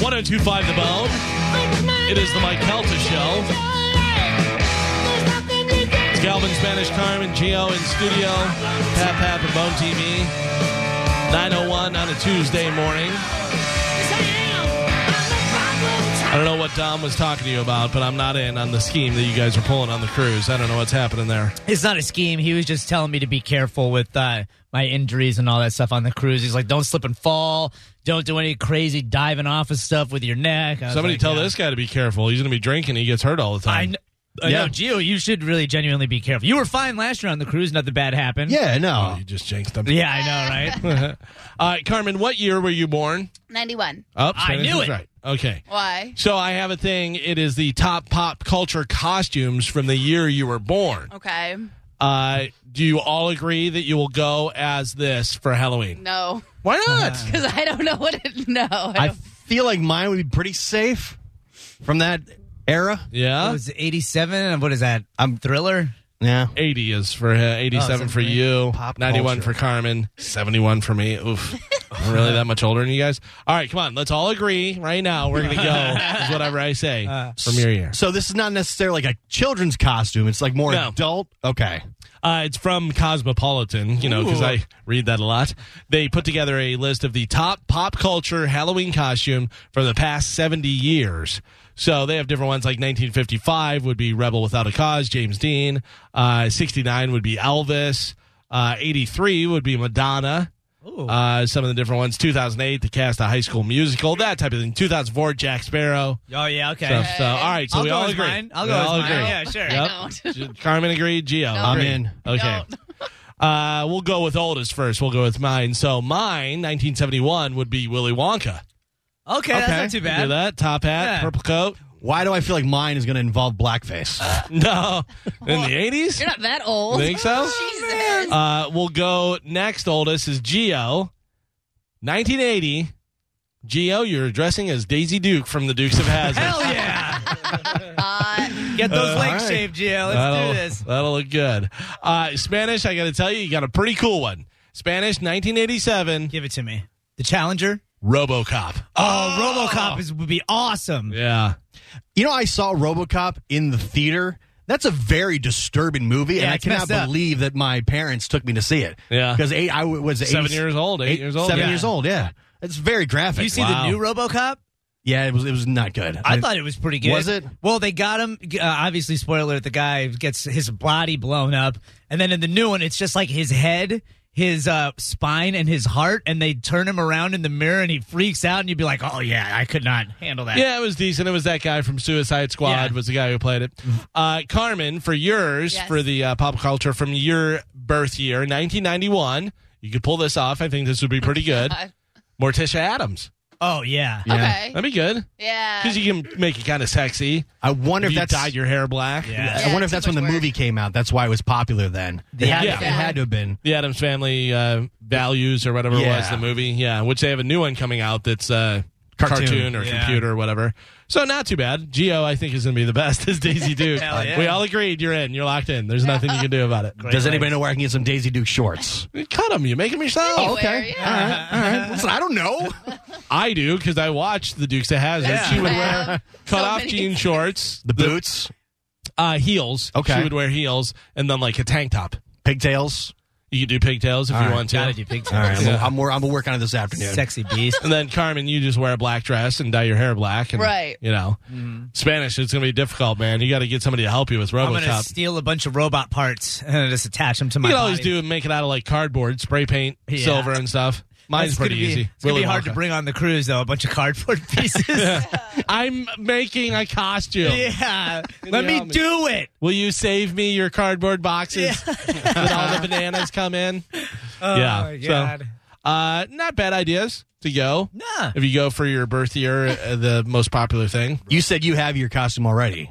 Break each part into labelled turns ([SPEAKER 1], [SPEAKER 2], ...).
[SPEAKER 1] 1025 The Bone. It is the Mike Pelta Show. It's Galvin, Spanish Carmen, Geo in studio, Pap Pap and Bone TV. 901 on a Tuesday morning. I don't know what Dom was talking to you about, but I'm not in on the scheme that you guys are pulling on the cruise. I don't know what's happening there.
[SPEAKER 2] It's not a scheme. He was just telling me to be careful with uh, my injuries and all that stuff on the cruise. He's like, don't slip and fall. Don't do any crazy diving off of stuff with your neck. I was
[SPEAKER 1] Somebody
[SPEAKER 2] like,
[SPEAKER 1] tell
[SPEAKER 2] yeah.
[SPEAKER 1] this guy to be careful. He's going to be drinking. He gets hurt all the time.
[SPEAKER 2] I know, I
[SPEAKER 1] Yeah.
[SPEAKER 2] know, Gio, you should really genuinely be careful. You were fine last year on the cruise. Nothing bad happened.
[SPEAKER 3] Yeah,
[SPEAKER 1] Oh,
[SPEAKER 3] no.
[SPEAKER 1] you just jinxed him.
[SPEAKER 2] Yeah, I know, right?
[SPEAKER 1] All right, Carmen, what year were you born?
[SPEAKER 4] 91.
[SPEAKER 1] Oh,
[SPEAKER 2] I
[SPEAKER 1] Spanish
[SPEAKER 2] knew
[SPEAKER 1] is
[SPEAKER 2] it.
[SPEAKER 1] Right. Okay.
[SPEAKER 4] Why?
[SPEAKER 1] So I have a thing. It is the top pop culture costumes from the year you were born.
[SPEAKER 4] Okay.
[SPEAKER 1] Uh, do you all agree that you will go as this for Halloween?
[SPEAKER 4] No.
[SPEAKER 1] Why not?
[SPEAKER 4] Because I don't know what it. No. I
[SPEAKER 3] I
[SPEAKER 4] don't-
[SPEAKER 3] feel like mine would be pretty safe from that era.
[SPEAKER 2] It
[SPEAKER 1] yeah.
[SPEAKER 2] was 87. and What is that? I'm Thriller?
[SPEAKER 3] Yeah.
[SPEAKER 1] 80 is for uh, 87
[SPEAKER 2] Oh,
[SPEAKER 1] for
[SPEAKER 2] something
[SPEAKER 1] you,
[SPEAKER 3] Pop
[SPEAKER 1] 91
[SPEAKER 3] culture.
[SPEAKER 1] for Carmen, 71 for me. Oof. I'm really that much older than you guys. All right, come on. Let's all agree right now. We're going to go with whatever I say
[SPEAKER 2] Uh,
[SPEAKER 1] from your year.
[SPEAKER 3] So this is not necessarily like a children's costume. It's like more
[SPEAKER 1] No.
[SPEAKER 3] adult. Okay.
[SPEAKER 1] Uh, it's from Cosmopolitan, you know, because I read that a lot. They put together a list of the top pop culture Halloween costume for the past 70 years. So they have different ones like 1955 would be Rebel Without a Cause, James Dean. Uh, 69 would be Elvis. Uh, 83 would be Madonna. Uh, some of the different ones 2008, the cast of High School Musical, that type of thing. 2004, Jack Sparrow.
[SPEAKER 2] Oh, yeah, okay.
[SPEAKER 1] So, so, all right, so
[SPEAKER 2] I'll
[SPEAKER 1] we
[SPEAKER 2] go
[SPEAKER 1] all
[SPEAKER 2] with
[SPEAKER 1] agree.
[SPEAKER 2] mine. I'll
[SPEAKER 1] We
[SPEAKER 2] go with
[SPEAKER 1] all
[SPEAKER 2] mine.
[SPEAKER 1] agree.
[SPEAKER 2] Yeah, sure.
[SPEAKER 4] I don't.
[SPEAKER 1] Carmen agreed. Gio,
[SPEAKER 3] I'm
[SPEAKER 1] agreed.
[SPEAKER 3] in.
[SPEAKER 1] Okay.
[SPEAKER 4] Don't.
[SPEAKER 1] Uh, we'll go with oldest first. We'll go with mine. So mine, 1971, would be Willy Wonka.
[SPEAKER 2] Okay, that's
[SPEAKER 3] Okay.
[SPEAKER 2] not too
[SPEAKER 1] You hear
[SPEAKER 2] bad.
[SPEAKER 1] that? Top hat,
[SPEAKER 2] Yeah.
[SPEAKER 1] purple coat.
[SPEAKER 3] Why do I feel like mine is going to involve blackface?
[SPEAKER 1] No, in the 80s.
[SPEAKER 4] You're not that old.
[SPEAKER 1] Think so?
[SPEAKER 4] Jesus.
[SPEAKER 1] Uh, we'll go next. Oldest is Geo, 1980. Geo, you're dressing as Daisy Duke from the Dukes of Hazzard.
[SPEAKER 2] Hell yeah.
[SPEAKER 4] Uh,
[SPEAKER 2] Get those
[SPEAKER 1] Uh,
[SPEAKER 2] legs
[SPEAKER 1] all right.
[SPEAKER 2] shaved, Gio. Let's
[SPEAKER 1] that'll,
[SPEAKER 2] do this.
[SPEAKER 1] that'll look good. Uh, Spanish, I got to tell you, you got a pretty cool one. Spanish, 1987,
[SPEAKER 2] Give it to me. The Challenger?
[SPEAKER 1] RoboCop.
[SPEAKER 2] Oh, RoboCop is, would be awesome.
[SPEAKER 1] Yeah.
[SPEAKER 3] You know, I saw RoboCop in the theater. That's a very disturbing movie,
[SPEAKER 2] Yeah,
[SPEAKER 3] and I
[SPEAKER 2] it's
[SPEAKER 3] cannot
[SPEAKER 2] messed up.
[SPEAKER 3] believe that my parents took me to see it.
[SPEAKER 1] Yeah.
[SPEAKER 3] because eight, I w- was
[SPEAKER 1] Seven
[SPEAKER 3] 80
[SPEAKER 1] years old, eight years old,
[SPEAKER 3] seven
[SPEAKER 1] yeah.
[SPEAKER 3] years old. Yeah, it's very graphic.
[SPEAKER 2] You see
[SPEAKER 1] Wow.
[SPEAKER 2] the new RoboCop?
[SPEAKER 3] yeah, it was it was not good.
[SPEAKER 2] I thought it was pretty good.
[SPEAKER 3] Was it?
[SPEAKER 2] Well, they got him. Uh, obviously, spoiler: alert, the guy gets his body blown up, and then in the new one, it's just like his head, his uh, spine, and his heart, and they turn him around in the mirror, and he freaks out, and you'd be like, "Oh yeah, I could not handle that."
[SPEAKER 1] Yeah, it was decent. It was that guy from Suicide Squad
[SPEAKER 2] Yeah.
[SPEAKER 1] was the guy who played it. Uh, Carmen, for yours,
[SPEAKER 4] Yes.
[SPEAKER 1] for the uh, pop culture from your birth year, 1991. You could pull this off. I think this would be pretty good.
[SPEAKER 4] God.
[SPEAKER 1] Morticia Adams.
[SPEAKER 2] Oh yeah.
[SPEAKER 3] Yeah.
[SPEAKER 4] Okay.
[SPEAKER 1] That'd be good
[SPEAKER 4] Yeah.
[SPEAKER 1] because you can make it kind of sexy.
[SPEAKER 3] I wonder
[SPEAKER 1] If
[SPEAKER 3] if
[SPEAKER 1] you
[SPEAKER 3] that's
[SPEAKER 1] dyed your hair black.
[SPEAKER 2] Yeah.
[SPEAKER 3] I
[SPEAKER 4] Yeah,
[SPEAKER 3] wonder if
[SPEAKER 4] too
[SPEAKER 3] that's when the
[SPEAKER 4] much work.
[SPEAKER 3] movie came out. That's why it was popular then. It had,
[SPEAKER 1] Yeah.
[SPEAKER 3] it had to have been.
[SPEAKER 1] The Adams Family uh, values or whatever it was
[SPEAKER 3] Yeah.
[SPEAKER 1] the movie. Yeah, which they have a new one coming out that's uh, cartoon.
[SPEAKER 3] Cartoon.
[SPEAKER 1] or
[SPEAKER 2] Yeah.
[SPEAKER 1] computer or whatever. So not too bad. Geo, I think is going to be the best as Daisy Duke.
[SPEAKER 2] Hell yeah.
[SPEAKER 1] We all agreed. You're in. You're locked in. There's nothing you can do about it.
[SPEAKER 3] Does anybody know where I can get some Daisy Duke shorts?
[SPEAKER 1] Cut them. You make them yourself.
[SPEAKER 4] Anywhere, yeah.
[SPEAKER 3] All right. All right. Listen, I don't know.
[SPEAKER 1] I do because I watched the Dukes of Hazzard.
[SPEAKER 2] Yeah.
[SPEAKER 1] She would
[SPEAKER 4] Wow.
[SPEAKER 1] wear
[SPEAKER 4] So
[SPEAKER 1] cut off
[SPEAKER 4] many.
[SPEAKER 1] jean shorts,
[SPEAKER 3] The boots,
[SPEAKER 1] uh, heels.
[SPEAKER 3] Okay.
[SPEAKER 1] she would wear heels and then like a tank top.
[SPEAKER 3] pigtails.
[SPEAKER 1] You could do pigtails if
[SPEAKER 3] All
[SPEAKER 1] you
[SPEAKER 3] right.
[SPEAKER 1] want to.
[SPEAKER 2] Gotta do pig
[SPEAKER 3] All right, I'm
[SPEAKER 1] Yeah.
[SPEAKER 3] gonna- I'm, wor- I'm gonna work on it this afternoon.
[SPEAKER 2] Sexy beast.
[SPEAKER 1] And then Carmen, you just wear a black dress and dye your hair black. And,
[SPEAKER 4] Right.
[SPEAKER 1] You know, Spanish. It's gonna be difficult, man. You got to get somebody to help you with
[SPEAKER 2] Mm-hmm. I'm gonna
[SPEAKER 1] RoboCop.
[SPEAKER 2] steal a bunch of robot parts and just attach them to my.
[SPEAKER 1] You can always
[SPEAKER 2] body.
[SPEAKER 1] do make it out of like cardboard, spray paint,
[SPEAKER 2] Yeah.
[SPEAKER 1] silver and stuff. Mine's
[SPEAKER 2] That's gonna
[SPEAKER 1] pretty
[SPEAKER 2] be-
[SPEAKER 1] easy.
[SPEAKER 2] It's gonna
[SPEAKER 1] Willy
[SPEAKER 2] be hard
[SPEAKER 1] Wonka.
[SPEAKER 2] to bring on the cruise though. A bunch of cardboard pieces.
[SPEAKER 1] I'm making a costume.
[SPEAKER 2] yeah. Let
[SPEAKER 1] you
[SPEAKER 2] me
[SPEAKER 1] help me?
[SPEAKER 2] do it.
[SPEAKER 1] Will you save me your cardboard boxes when all the bananas come in?
[SPEAKER 2] Oh
[SPEAKER 1] Yeah,
[SPEAKER 2] my
[SPEAKER 1] so-
[SPEAKER 2] god.
[SPEAKER 1] Uh, not bad ideas to go.
[SPEAKER 2] Nah.
[SPEAKER 1] If you go for your birth year, uh, the most popular thing.
[SPEAKER 3] You said you have your costume already.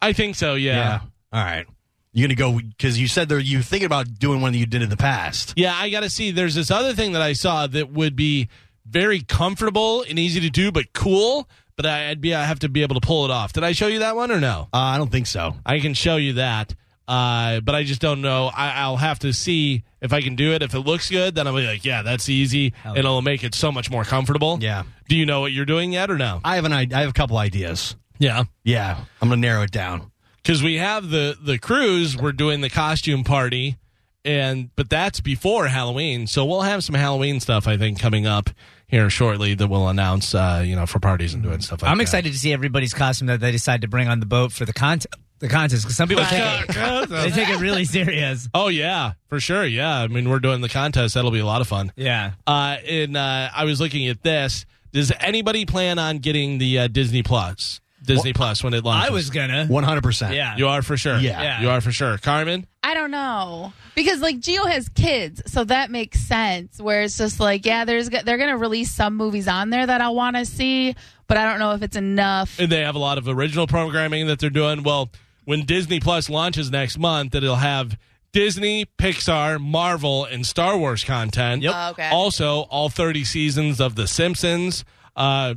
[SPEAKER 1] I think so. Yeah. yeah.
[SPEAKER 3] All right. You're gonna go because you said there you thinking about doing one that you did in the past.
[SPEAKER 1] I got to see. There's this other thing that I saw that would be very comfortable and easy to do, but cool. But I- I'd be I have to be able to pull it off. Did I show you that one or no?
[SPEAKER 3] Uh, I don't think so.
[SPEAKER 1] I can show you that. Uh, but I just don't know. I, I'll have to see if I can do it. If it looks good, then I'll be like, yeah, that's easy, and it'll make it so much more comfortable.
[SPEAKER 3] Yeah.
[SPEAKER 1] Do you know what you're doing yet or no?
[SPEAKER 3] I have an I, I have a couple ideas.
[SPEAKER 1] Yeah.
[SPEAKER 3] Yeah, I'm gonna narrow it down.
[SPEAKER 1] because we have the the cruise we're doing the costume party and but that's before halloween so we'll have some halloween stuff i think coming up here shortly that we'll announce uh you know for parties and doing stuff like
[SPEAKER 2] I'm
[SPEAKER 1] that
[SPEAKER 2] excited to see everybody's costume that they decide to bring on the boat for the contest. The contest because some people take it, they take it really serious.
[SPEAKER 1] oh yeah for sure yeah i mean we're doing the contest that'll be a lot of fun
[SPEAKER 2] Yeah.
[SPEAKER 1] uh and uh i was looking at this does anybody plan on getting the uh, disney plus disney plus when it launches
[SPEAKER 2] I was gonna.
[SPEAKER 3] 100. percent
[SPEAKER 2] Yeah.
[SPEAKER 1] you are for sure
[SPEAKER 3] Yeah.
[SPEAKER 2] Yeah.
[SPEAKER 1] you are for sure carmen
[SPEAKER 4] I don't know because like Geo has kids, so that makes sense. Where it's just like, yeah, there's go- they're gonna release some movies on there that I want to see, but I don't know if it's enough.
[SPEAKER 1] and they have a lot of original programming that they're doing. Well, when Disney Plus launches next month, it'll have Disney, Pixar, Marvel, and Star Wars content.
[SPEAKER 2] Yep.
[SPEAKER 4] Oh, okay.
[SPEAKER 1] Also, all 30 seasons of The Simpsons. Uh,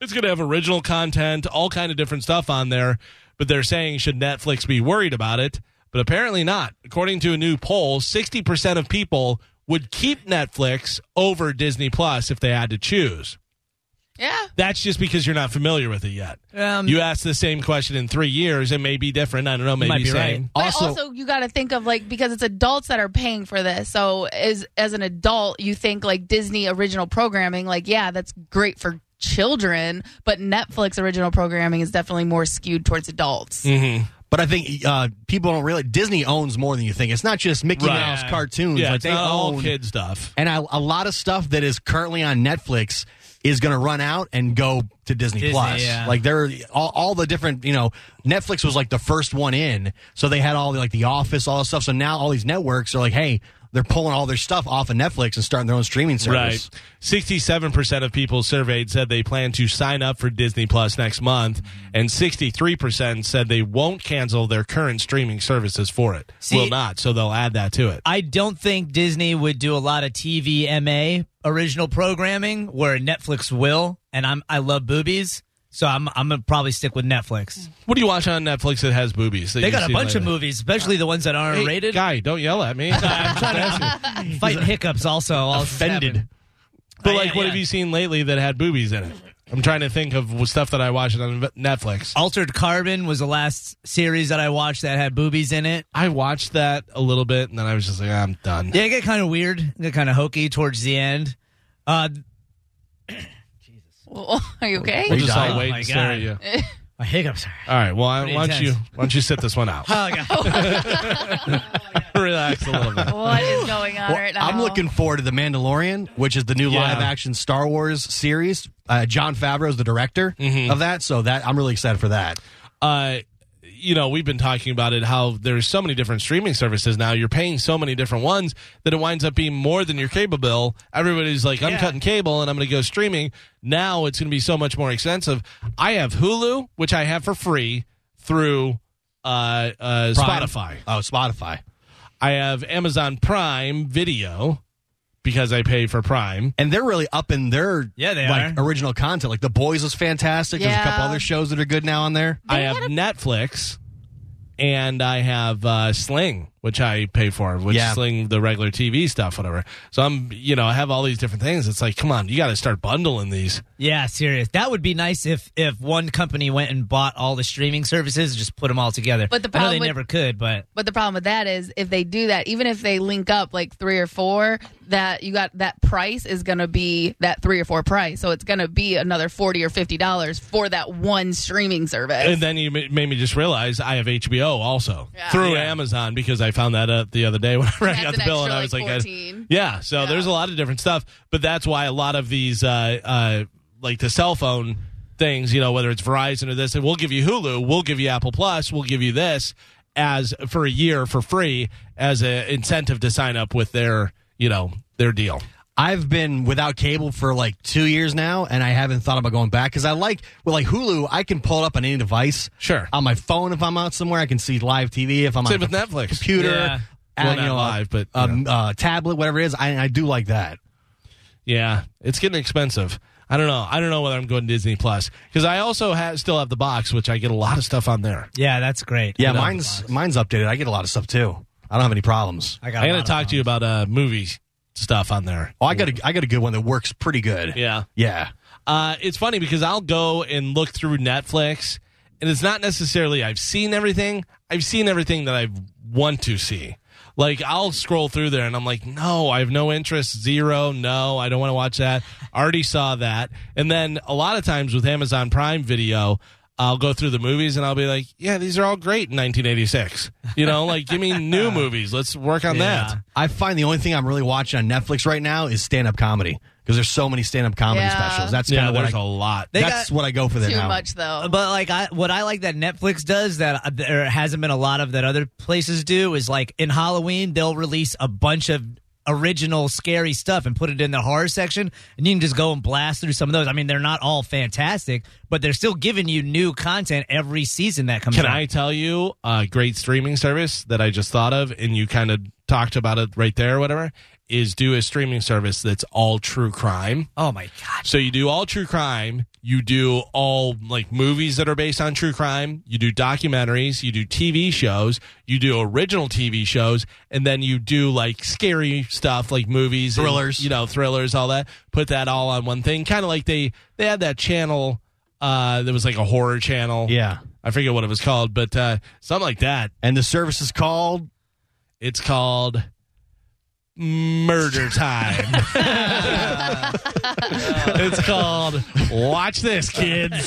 [SPEAKER 1] it's going to have original content, all kind of different stuff on there. But they're saying should Netflix be worried about it? But apparently not. According to a new poll, 60% of people would keep Netflix over Disney Plus if they had to choose.
[SPEAKER 4] yeah.
[SPEAKER 1] That's just because you're not familiar with it yet.
[SPEAKER 2] Um,
[SPEAKER 1] you ask the same question in three years, it may be different. I don't know. Maybe
[SPEAKER 2] might be
[SPEAKER 1] same.
[SPEAKER 2] right.
[SPEAKER 4] But
[SPEAKER 3] Also-
[SPEAKER 4] also, you got to think of like because it's adults that are paying for this. So as as an adult, you think like Disney original programming, like yeah, that's great for children, but Netflix original programming is definitely more skewed towards adults.
[SPEAKER 1] Mm.
[SPEAKER 3] But I think uh, people don't really. Disney owns more than you think. It's not just Mickey
[SPEAKER 1] Right.
[SPEAKER 3] Mouse cartoons.
[SPEAKER 1] Yeah,
[SPEAKER 3] like
[SPEAKER 1] it's
[SPEAKER 3] they
[SPEAKER 1] not all
[SPEAKER 3] own-
[SPEAKER 1] kid stuff.
[SPEAKER 3] and I, a lot of stuff that is currently on Netflix is going to run out and go to Disney,
[SPEAKER 2] Disney,
[SPEAKER 3] Plus.
[SPEAKER 2] yeah.
[SPEAKER 3] Like they're all, all the different, you know, Netflix was like the first one in, so they had all the, like The Office, all this stuff. So now all these networks are like, hey, they're pulling all their stuff off of Netflix and starting their own streaming service.
[SPEAKER 1] Right. 67% of people surveyed said they plan to sign up for Disney Plus next month, and 63% said they won't cancel their current streaming services for it.
[SPEAKER 2] See-
[SPEAKER 1] Will not, so they'll add that to it.
[SPEAKER 2] I don't think Disney would do a lot of TVMA original programming where Netflix will. And I'm I love boobies, so I'm I'm gonna probably stick with Netflix.
[SPEAKER 1] What do you watch on Netflix that has boobies? that
[SPEAKER 2] They
[SPEAKER 1] you've
[SPEAKER 2] got a
[SPEAKER 1] seen
[SPEAKER 2] bunch of
[SPEAKER 1] lately?
[SPEAKER 2] movies, especially the ones that aren't
[SPEAKER 1] Hey,
[SPEAKER 2] rated.
[SPEAKER 1] Guy, don't yell at me.
[SPEAKER 2] Fighting hiccups also. All
[SPEAKER 3] Offended.
[SPEAKER 1] But
[SPEAKER 2] Uh,
[SPEAKER 1] like,
[SPEAKER 2] yeah,
[SPEAKER 1] what
[SPEAKER 2] yeah.
[SPEAKER 1] have you seen lately that had boobies in it? I'm trying to think of stuff that I watched on Netflix.
[SPEAKER 2] Altered Carbon was the last series that I watched that had boobies in it.
[SPEAKER 1] I watched that a little bit, and then I was just like, "Ah, I'm done.
[SPEAKER 2] Yeah, it got kind of weird. It got kind of hokey towards the end. Uh,
[SPEAKER 4] Well, are you okay?
[SPEAKER 1] We'll just
[SPEAKER 2] dying?
[SPEAKER 1] all wait
[SPEAKER 2] Oh my
[SPEAKER 1] and stare at
[SPEAKER 2] God.
[SPEAKER 1] you.
[SPEAKER 2] my hiccups are.
[SPEAKER 1] All right. Well, I,
[SPEAKER 2] Pretty
[SPEAKER 1] why don't you
[SPEAKER 2] intense.
[SPEAKER 1] why don't you sit this one out?
[SPEAKER 2] Oh, God.
[SPEAKER 1] Relax a little bit.
[SPEAKER 4] What is going on
[SPEAKER 3] Well,
[SPEAKER 4] right now?
[SPEAKER 3] I'm looking forward to The Mandalorian, which is the new
[SPEAKER 1] Yeah.
[SPEAKER 3] live action Star Wars series. Uh, John Favreau is the director
[SPEAKER 1] Mm-hmm.
[SPEAKER 3] of that, so that I'm really excited for that.
[SPEAKER 1] Uh, you know, we've been talking about it. How there's so many different streaming services now. You're paying so many different ones that it winds up being more than your cable bill. Everybody's like, I'm
[SPEAKER 2] Yeah.
[SPEAKER 1] cutting cable and I'm going to go streaming. Now it's going to be so much more expensive. I have Hulu, which I have for free through uh, uh,
[SPEAKER 3] Prime.
[SPEAKER 1] Spotify.
[SPEAKER 3] Oh, Spotify.
[SPEAKER 1] I have Amazon Prime Video because I pay for Prime.
[SPEAKER 3] and they're really up in their
[SPEAKER 2] Yeah, they
[SPEAKER 3] like
[SPEAKER 2] are.
[SPEAKER 3] original content. Like the boys is fantastic. There's a couple
[SPEAKER 4] Yeah.
[SPEAKER 3] other shows that are good now on there.
[SPEAKER 1] I have Netflix, and I have uh, Sling, which I pay for, which
[SPEAKER 3] Yeah.
[SPEAKER 1] Sling the regular TV stuff, whatever. So I'm, you know, I have all these different things. It's like, come on, you got to start bundling these.
[SPEAKER 2] Yeah, serious. That would be nice if if one company went and bought all the streaming services and just put them all together.
[SPEAKER 4] But
[SPEAKER 2] I
[SPEAKER 4] the
[SPEAKER 2] know
[SPEAKER 4] problem
[SPEAKER 2] they
[SPEAKER 4] with-
[SPEAKER 2] never could. But
[SPEAKER 4] But the problem with that is if they do that, even if they link up like three or four, that you got that price is gonna be that three or four price. So it's gonna be another forty or fifty dollars for that one streaming service.
[SPEAKER 1] And then you ma- made me just realize I have HBO also through
[SPEAKER 2] Yeah.
[SPEAKER 1] Amazon because I found that out the other day whenever I
[SPEAKER 4] That's
[SPEAKER 1] got
[SPEAKER 4] an
[SPEAKER 1] the bill and
[SPEAKER 4] extra,
[SPEAKER 1] I was like,
[SPEAKER 4] like,
[SPEAKER 1] I-
[SPEAKER 4] 14.
[SPEAKER 1] yeah. So there's a lot of different stuff, but that's why a lot of these, uh, uh, like the cell phone things, you know, whether it's Verizon or this, we'll give you Hulu, we'll give you Apple Plus, we'll give you this as for a year for free as an incentive to sign up with their, you know, their deal.
[SPEAKER 3] I've been without cable for like two years now, and I haven't thought about going back because I like well, like Hulu. I can pull it up on any device.
[SPEAKER 1] Sure.
[SPEAKER 3] on my phone if I'm out somewhere, I can see live TV. If I'm
[SPEAKER 1] Same
[SPEAKER 3] on
[SPEAKER 1] with
[SPEAKER 3] a
[SPEAKER 1] Netflix.
[SPEAKER 3] computer,
[SPEAKER 2] Yeah.
[SPEAKER 3] and,
[SPEAKER 1] Well,
[SPEAKER 3] you
[SPEAKER 1] not
[SPEAKER 3] know, uh,
[SPEAKER 1] live, but, uh, you
[SPEAKER 3] um, uh, tablet, whatever it is. I, I do like that.
[SPEAKER 1] Yeah, it's getting expensive. I don't know. I don't know whether I'm going to Disney Plus because I also ha still have the box, which I get a lot of stuff on there.
[SPEAKER 2] Yeah, that's great.
[SPEAKER 3] Yeah,
[SPEAKER 2] I love
[SPEAKER 3] mine's
[SPEAKER 2] the box.
[SPEAKER 3] mine's updated. I get a lot of stuff too. I don't have any problems.
[SPEAKER 2] I got.
[SPEAKER 1] I
[SPEAKER 2] a
[SPEAKER 1] got
[SPEAKER 2] lot
[SPEAKER 1] to talk
[SPEAKER 2] of
[SPEAKER 1] to you about uh, movie stuff on there.
[SPEAKER 3] Oh, I got a I got a good one that works pretty good.
[SPEAKER 1] Yeah.
[SPEAKER 3] Yeah.
[SPEAKER 1] Uh, it's funny because I'll go and look through Netflix, and it's not necessarily I've seen everything. I've seen everything that I want to see. Like I'll scroll through there, and I'm like, no, I have no interest. Zero. No, I don't want to watch that. Already saw that. And then a lot of times with Amazon Prime Video. I'll go through the movies and I'll be like, yeah, these are all great in 1986. You know, like give me new movies. Let's work on that.
[SPEAKER 3] I find the only thing I'm really watching on Netflix right now is stand up comedy because there's so many stand up comedy
[SPEAKER 4] Yeah.
[SPEAKER 3] specials. That's kind
[SPEAKER 1] Yeah,
[SPEAKER 3] of what
[SPEAKER 1] there's
[SPEAKER 3] I,
[SPEAKER 1] a lot.
[SPEAKER 2] They
[SPEAKER 3] that's
[SPEAKER 2] got-
[SPEAKER 3] what I go for there
[SPEAKER 4] Too
[SPEAKER 3] now.
[SPEAKER 4] much though.
[SPEAKER 2] But like I, what I like that Netflix does that uh, there hasn't been a lot of that other places do is like in Halloween they'll release a bunch of original scary stuff and put it in the horror section and you can just go and blast through some of those. I mean, they're not all fantastic, but they're still giving you new content every season that comes
[SPEAKER 1] Can
[SPEAKER 2] out.
[SPEAKER 1] I tell you a great streaming service that I just thought of, and you kind of talked about it right there, or whatever? Is do a streaming service that's all true crime.
[SPEAKER 2] Oh my god.
[SPEAKER 1] So you do all true crime, you do all like movies that are based on true crime, you do documentaries, you do TV shows, you do original TV shows, and then you do like scary stuff like movies, and,
[SPEAKER 3] Thrillers.
[SPEAKER 1] you know, thrillers, all that. Put that all on one thing, kind of like they they had that channel uh, that was like a horror channel.
[SPEAKER 3] Yeah.
[SPEAKER 1] I forget what it was called, but uh, something like that.
[SPEAKER 3] And the service is called
[SPEAKER 1] It's called Murder Time. it's called Watch This, Kids.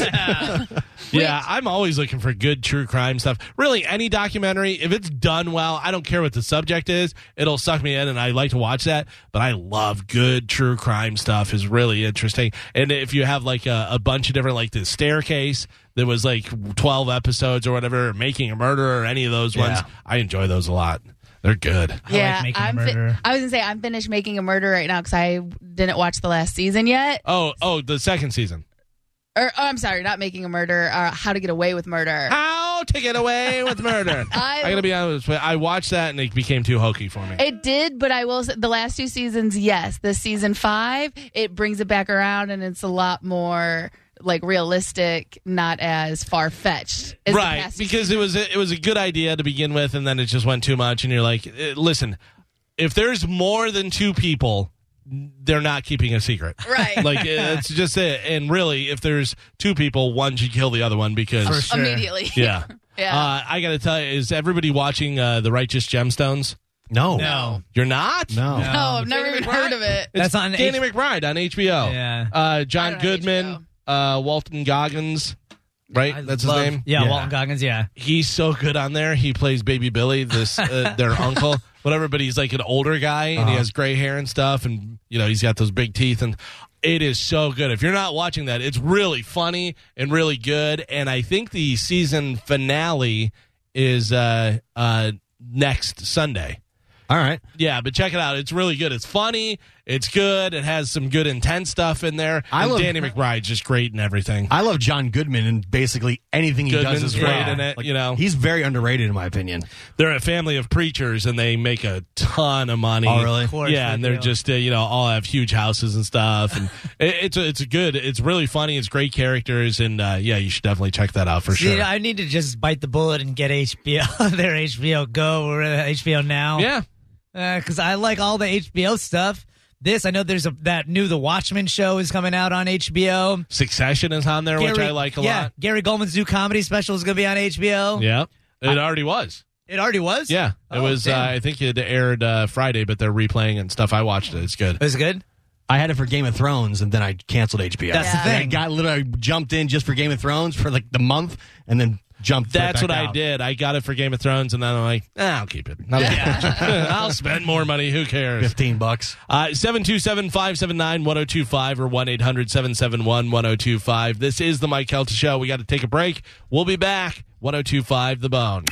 [SPEAKER 1] yeah, I'm always looking for good true crime stuff. Really, any documentary, if it's done well, I don't care what the subject is, it'll suck me in, and I like to watch that. But I love good true crime stuff, is really interesting. And if you have like a, a bunch of different, like the staircase that was like 12 episodes or whatever, or making a murder or any of those ones,
[SPEAKER 3] Yeah.
[SPEAKER 1] I enjoy those a lot. They're good.
[SPEAKER 2] I like making a
[SPEAKER 4] I'm
[SPEAKER 2] murder.
[SPEAKER 4] I was gonna say I'm finished making a murder right now because I didn't watch the last season yet.
[SPEAKER 1] Oh, oh, the second season.
[SPEAKER 4] Or oh, I'm sorry, not making a murder. Uh, how to get away with murder.
[SPEAKER 1] How to get away with murder? I,
[SPEAKER 4] I-
[SPEAKER 1] gotta be honest. with you, I watched that and it became too hokey for me.
[SPEAKER 4] It did, but I will say the last two seasons, yes. This season five, it brings it back around and it's a lot more like realistic, not as far fetched.
[SPEAKER 1] right, because it was a, it was a good idea to begin with, and then it just went too much, and you're like, eh, listen, if there's more than two people, they're not keeping a secret.
[SPEAKER 4] right.
[SPEAKER 1] Like eh, it's just it. And really, if there's two people, one should kill the other one because
[SPEAKER 2] For sure.
[SPEAKER 4] immediately.
[SPEAKER 1] yeah.
[SPEAKER 4] Yeah.
[SPEAKER 1] Uh, I gotta tell you, is everybody watching uh, the Righteous Gemstones?
[SPEAKER 3] No.
[SPEAKER 2] No.
[SPEAKER 1] You're not.
[SPEAKER 3] No.
[SPEAKER 4] no, I've never even heard of it.
[SPEAKER 1] It's
[SPEAKER 2] That's on
[SPEAKER 1] Danny
[SPEAKER 2] H-
[SPEAKER 1] McBride on HBO.
[SPEAKER 2] Yeah.
[SPEAKER 1] Uh,
[SPEAKER 4] I
[SPEAKER 1] John
[SPEAKER 4] don't have
[SPEAKER 1] Goodman, uh, Walton Goggins, right?
[SPEAKER 2] I
[SPEAKER 1] That's
[SPEAKER 2] love-
[SPEAKER 1] his name.
[SPEAKER 2] Yeah, Walton Goggins, yeah.
[SPEAKER 1] He's so good on there. He plays Baby Billy, this uh, their uncle, whatever. But he's like an older guy, and
[SPEAKER 2] Uh-huh.
[SPEAKER 1] he has gray hair and stuff, and you know he's got those big teeth, and it is so good. If you're not watching that, it's really funny and really good. And I think the season finale is uh, uh, next Sunday.
[SPEAKER 3] All right.
[SPEAKER 1] Yeah, but check it out. It's really good. It's funny. It's good. It has some good intense stuff in there.
[SPEAKER 3] I
[SPEAKER 1] and
[SPEAKER 3] love-
[SPEAKER 1] Danny McBride's just great and everything.
[SPEAKER 3] I love John Goodman and basically anything he
[SPEAKER 1] Goodman's
[SPEAKER 3] does is
[SPEAKER 1] great
[SPEAKER 3] well.
[SPEAKER 1] in it,
[SPEAKER 3] Like,
[SPEAKER 1] you know.
[SPEAKER 3] he's very underrated in my opinion.
[SPEAKER 1] They're a family of preachers and they make a ton of money.
[SPEAKER 3] Oh, really? Of
[SPEAKER 2] course
[SPEAKER 1] yeah,
[SPEAKER 2] they
[SPEAKER 1] and they're
[SPEAKER 2] do.
[SPEAKER 1] just uh, you know all have huge houses and stuff. And it, it's a, it's a good. It's really funny. It's great characters and uh, yeah, you should definitely check that out for
[SPEAKER 2] See,
[SPEAKER 1] sure.
[SPEAKER 2] I need to just bite the bullet and get HBO, their HBO Go or uh, HBO Now.
[SPEAKER 1] yeah,
[SPEAKER 2] because Uh, I like all the HBO stuff. This I know there's a that new The Watchmen show is coming out on HBO.
[SPEAKER 1] Succession is on there, which I like a
[SPEAKER 2] yeah,
[SPEAKER 1] lot.
[SPEAKER 2] Gary Goldman's new comedy special is going to be on HBO.
[SPEAKER 1] Yeah, it already was.
[SPEAKER 2] It already was.
[SPEAKER 1] Yeah, it
[SPEAKER 2] Oh,
[SPEAKER 1] was. Uh,
[SPEAKER 2] damn.
[SPEAKER 1] I think it aired uh, Friday, but they're replaying and stuff. I watched it. It's good.
[SPEAKER 2] it was good.
[SPEAKER 3] I had it for Game of Thrones and then I canceled HBO.
[SPEAKER 2] That's the
[SPEAKER 3] And I
[SPEAKER 2] thing.
[SPEAKER 3] got literally jumped in just for Game of Thrones for like the month and then jumped. right
[SPEAKER 1] That's
[SPEAKER 3] back
[SPEAKER 1] what I
[SPEAKER 3] out.
[SPEAKER 1] did. I got it for Game of Thrones, and then I'm like, ah, I'll keep it. I'll, I'll spend more money. Who cares?
[SPEAKER 3] Fifteen bucks.
[SPEAKER 1] Uh, 727 579 1025 or 1 800 771 1025. This is oh the Mike Kelta Show. We got to take a break. We'll be back. 1025 The Bone.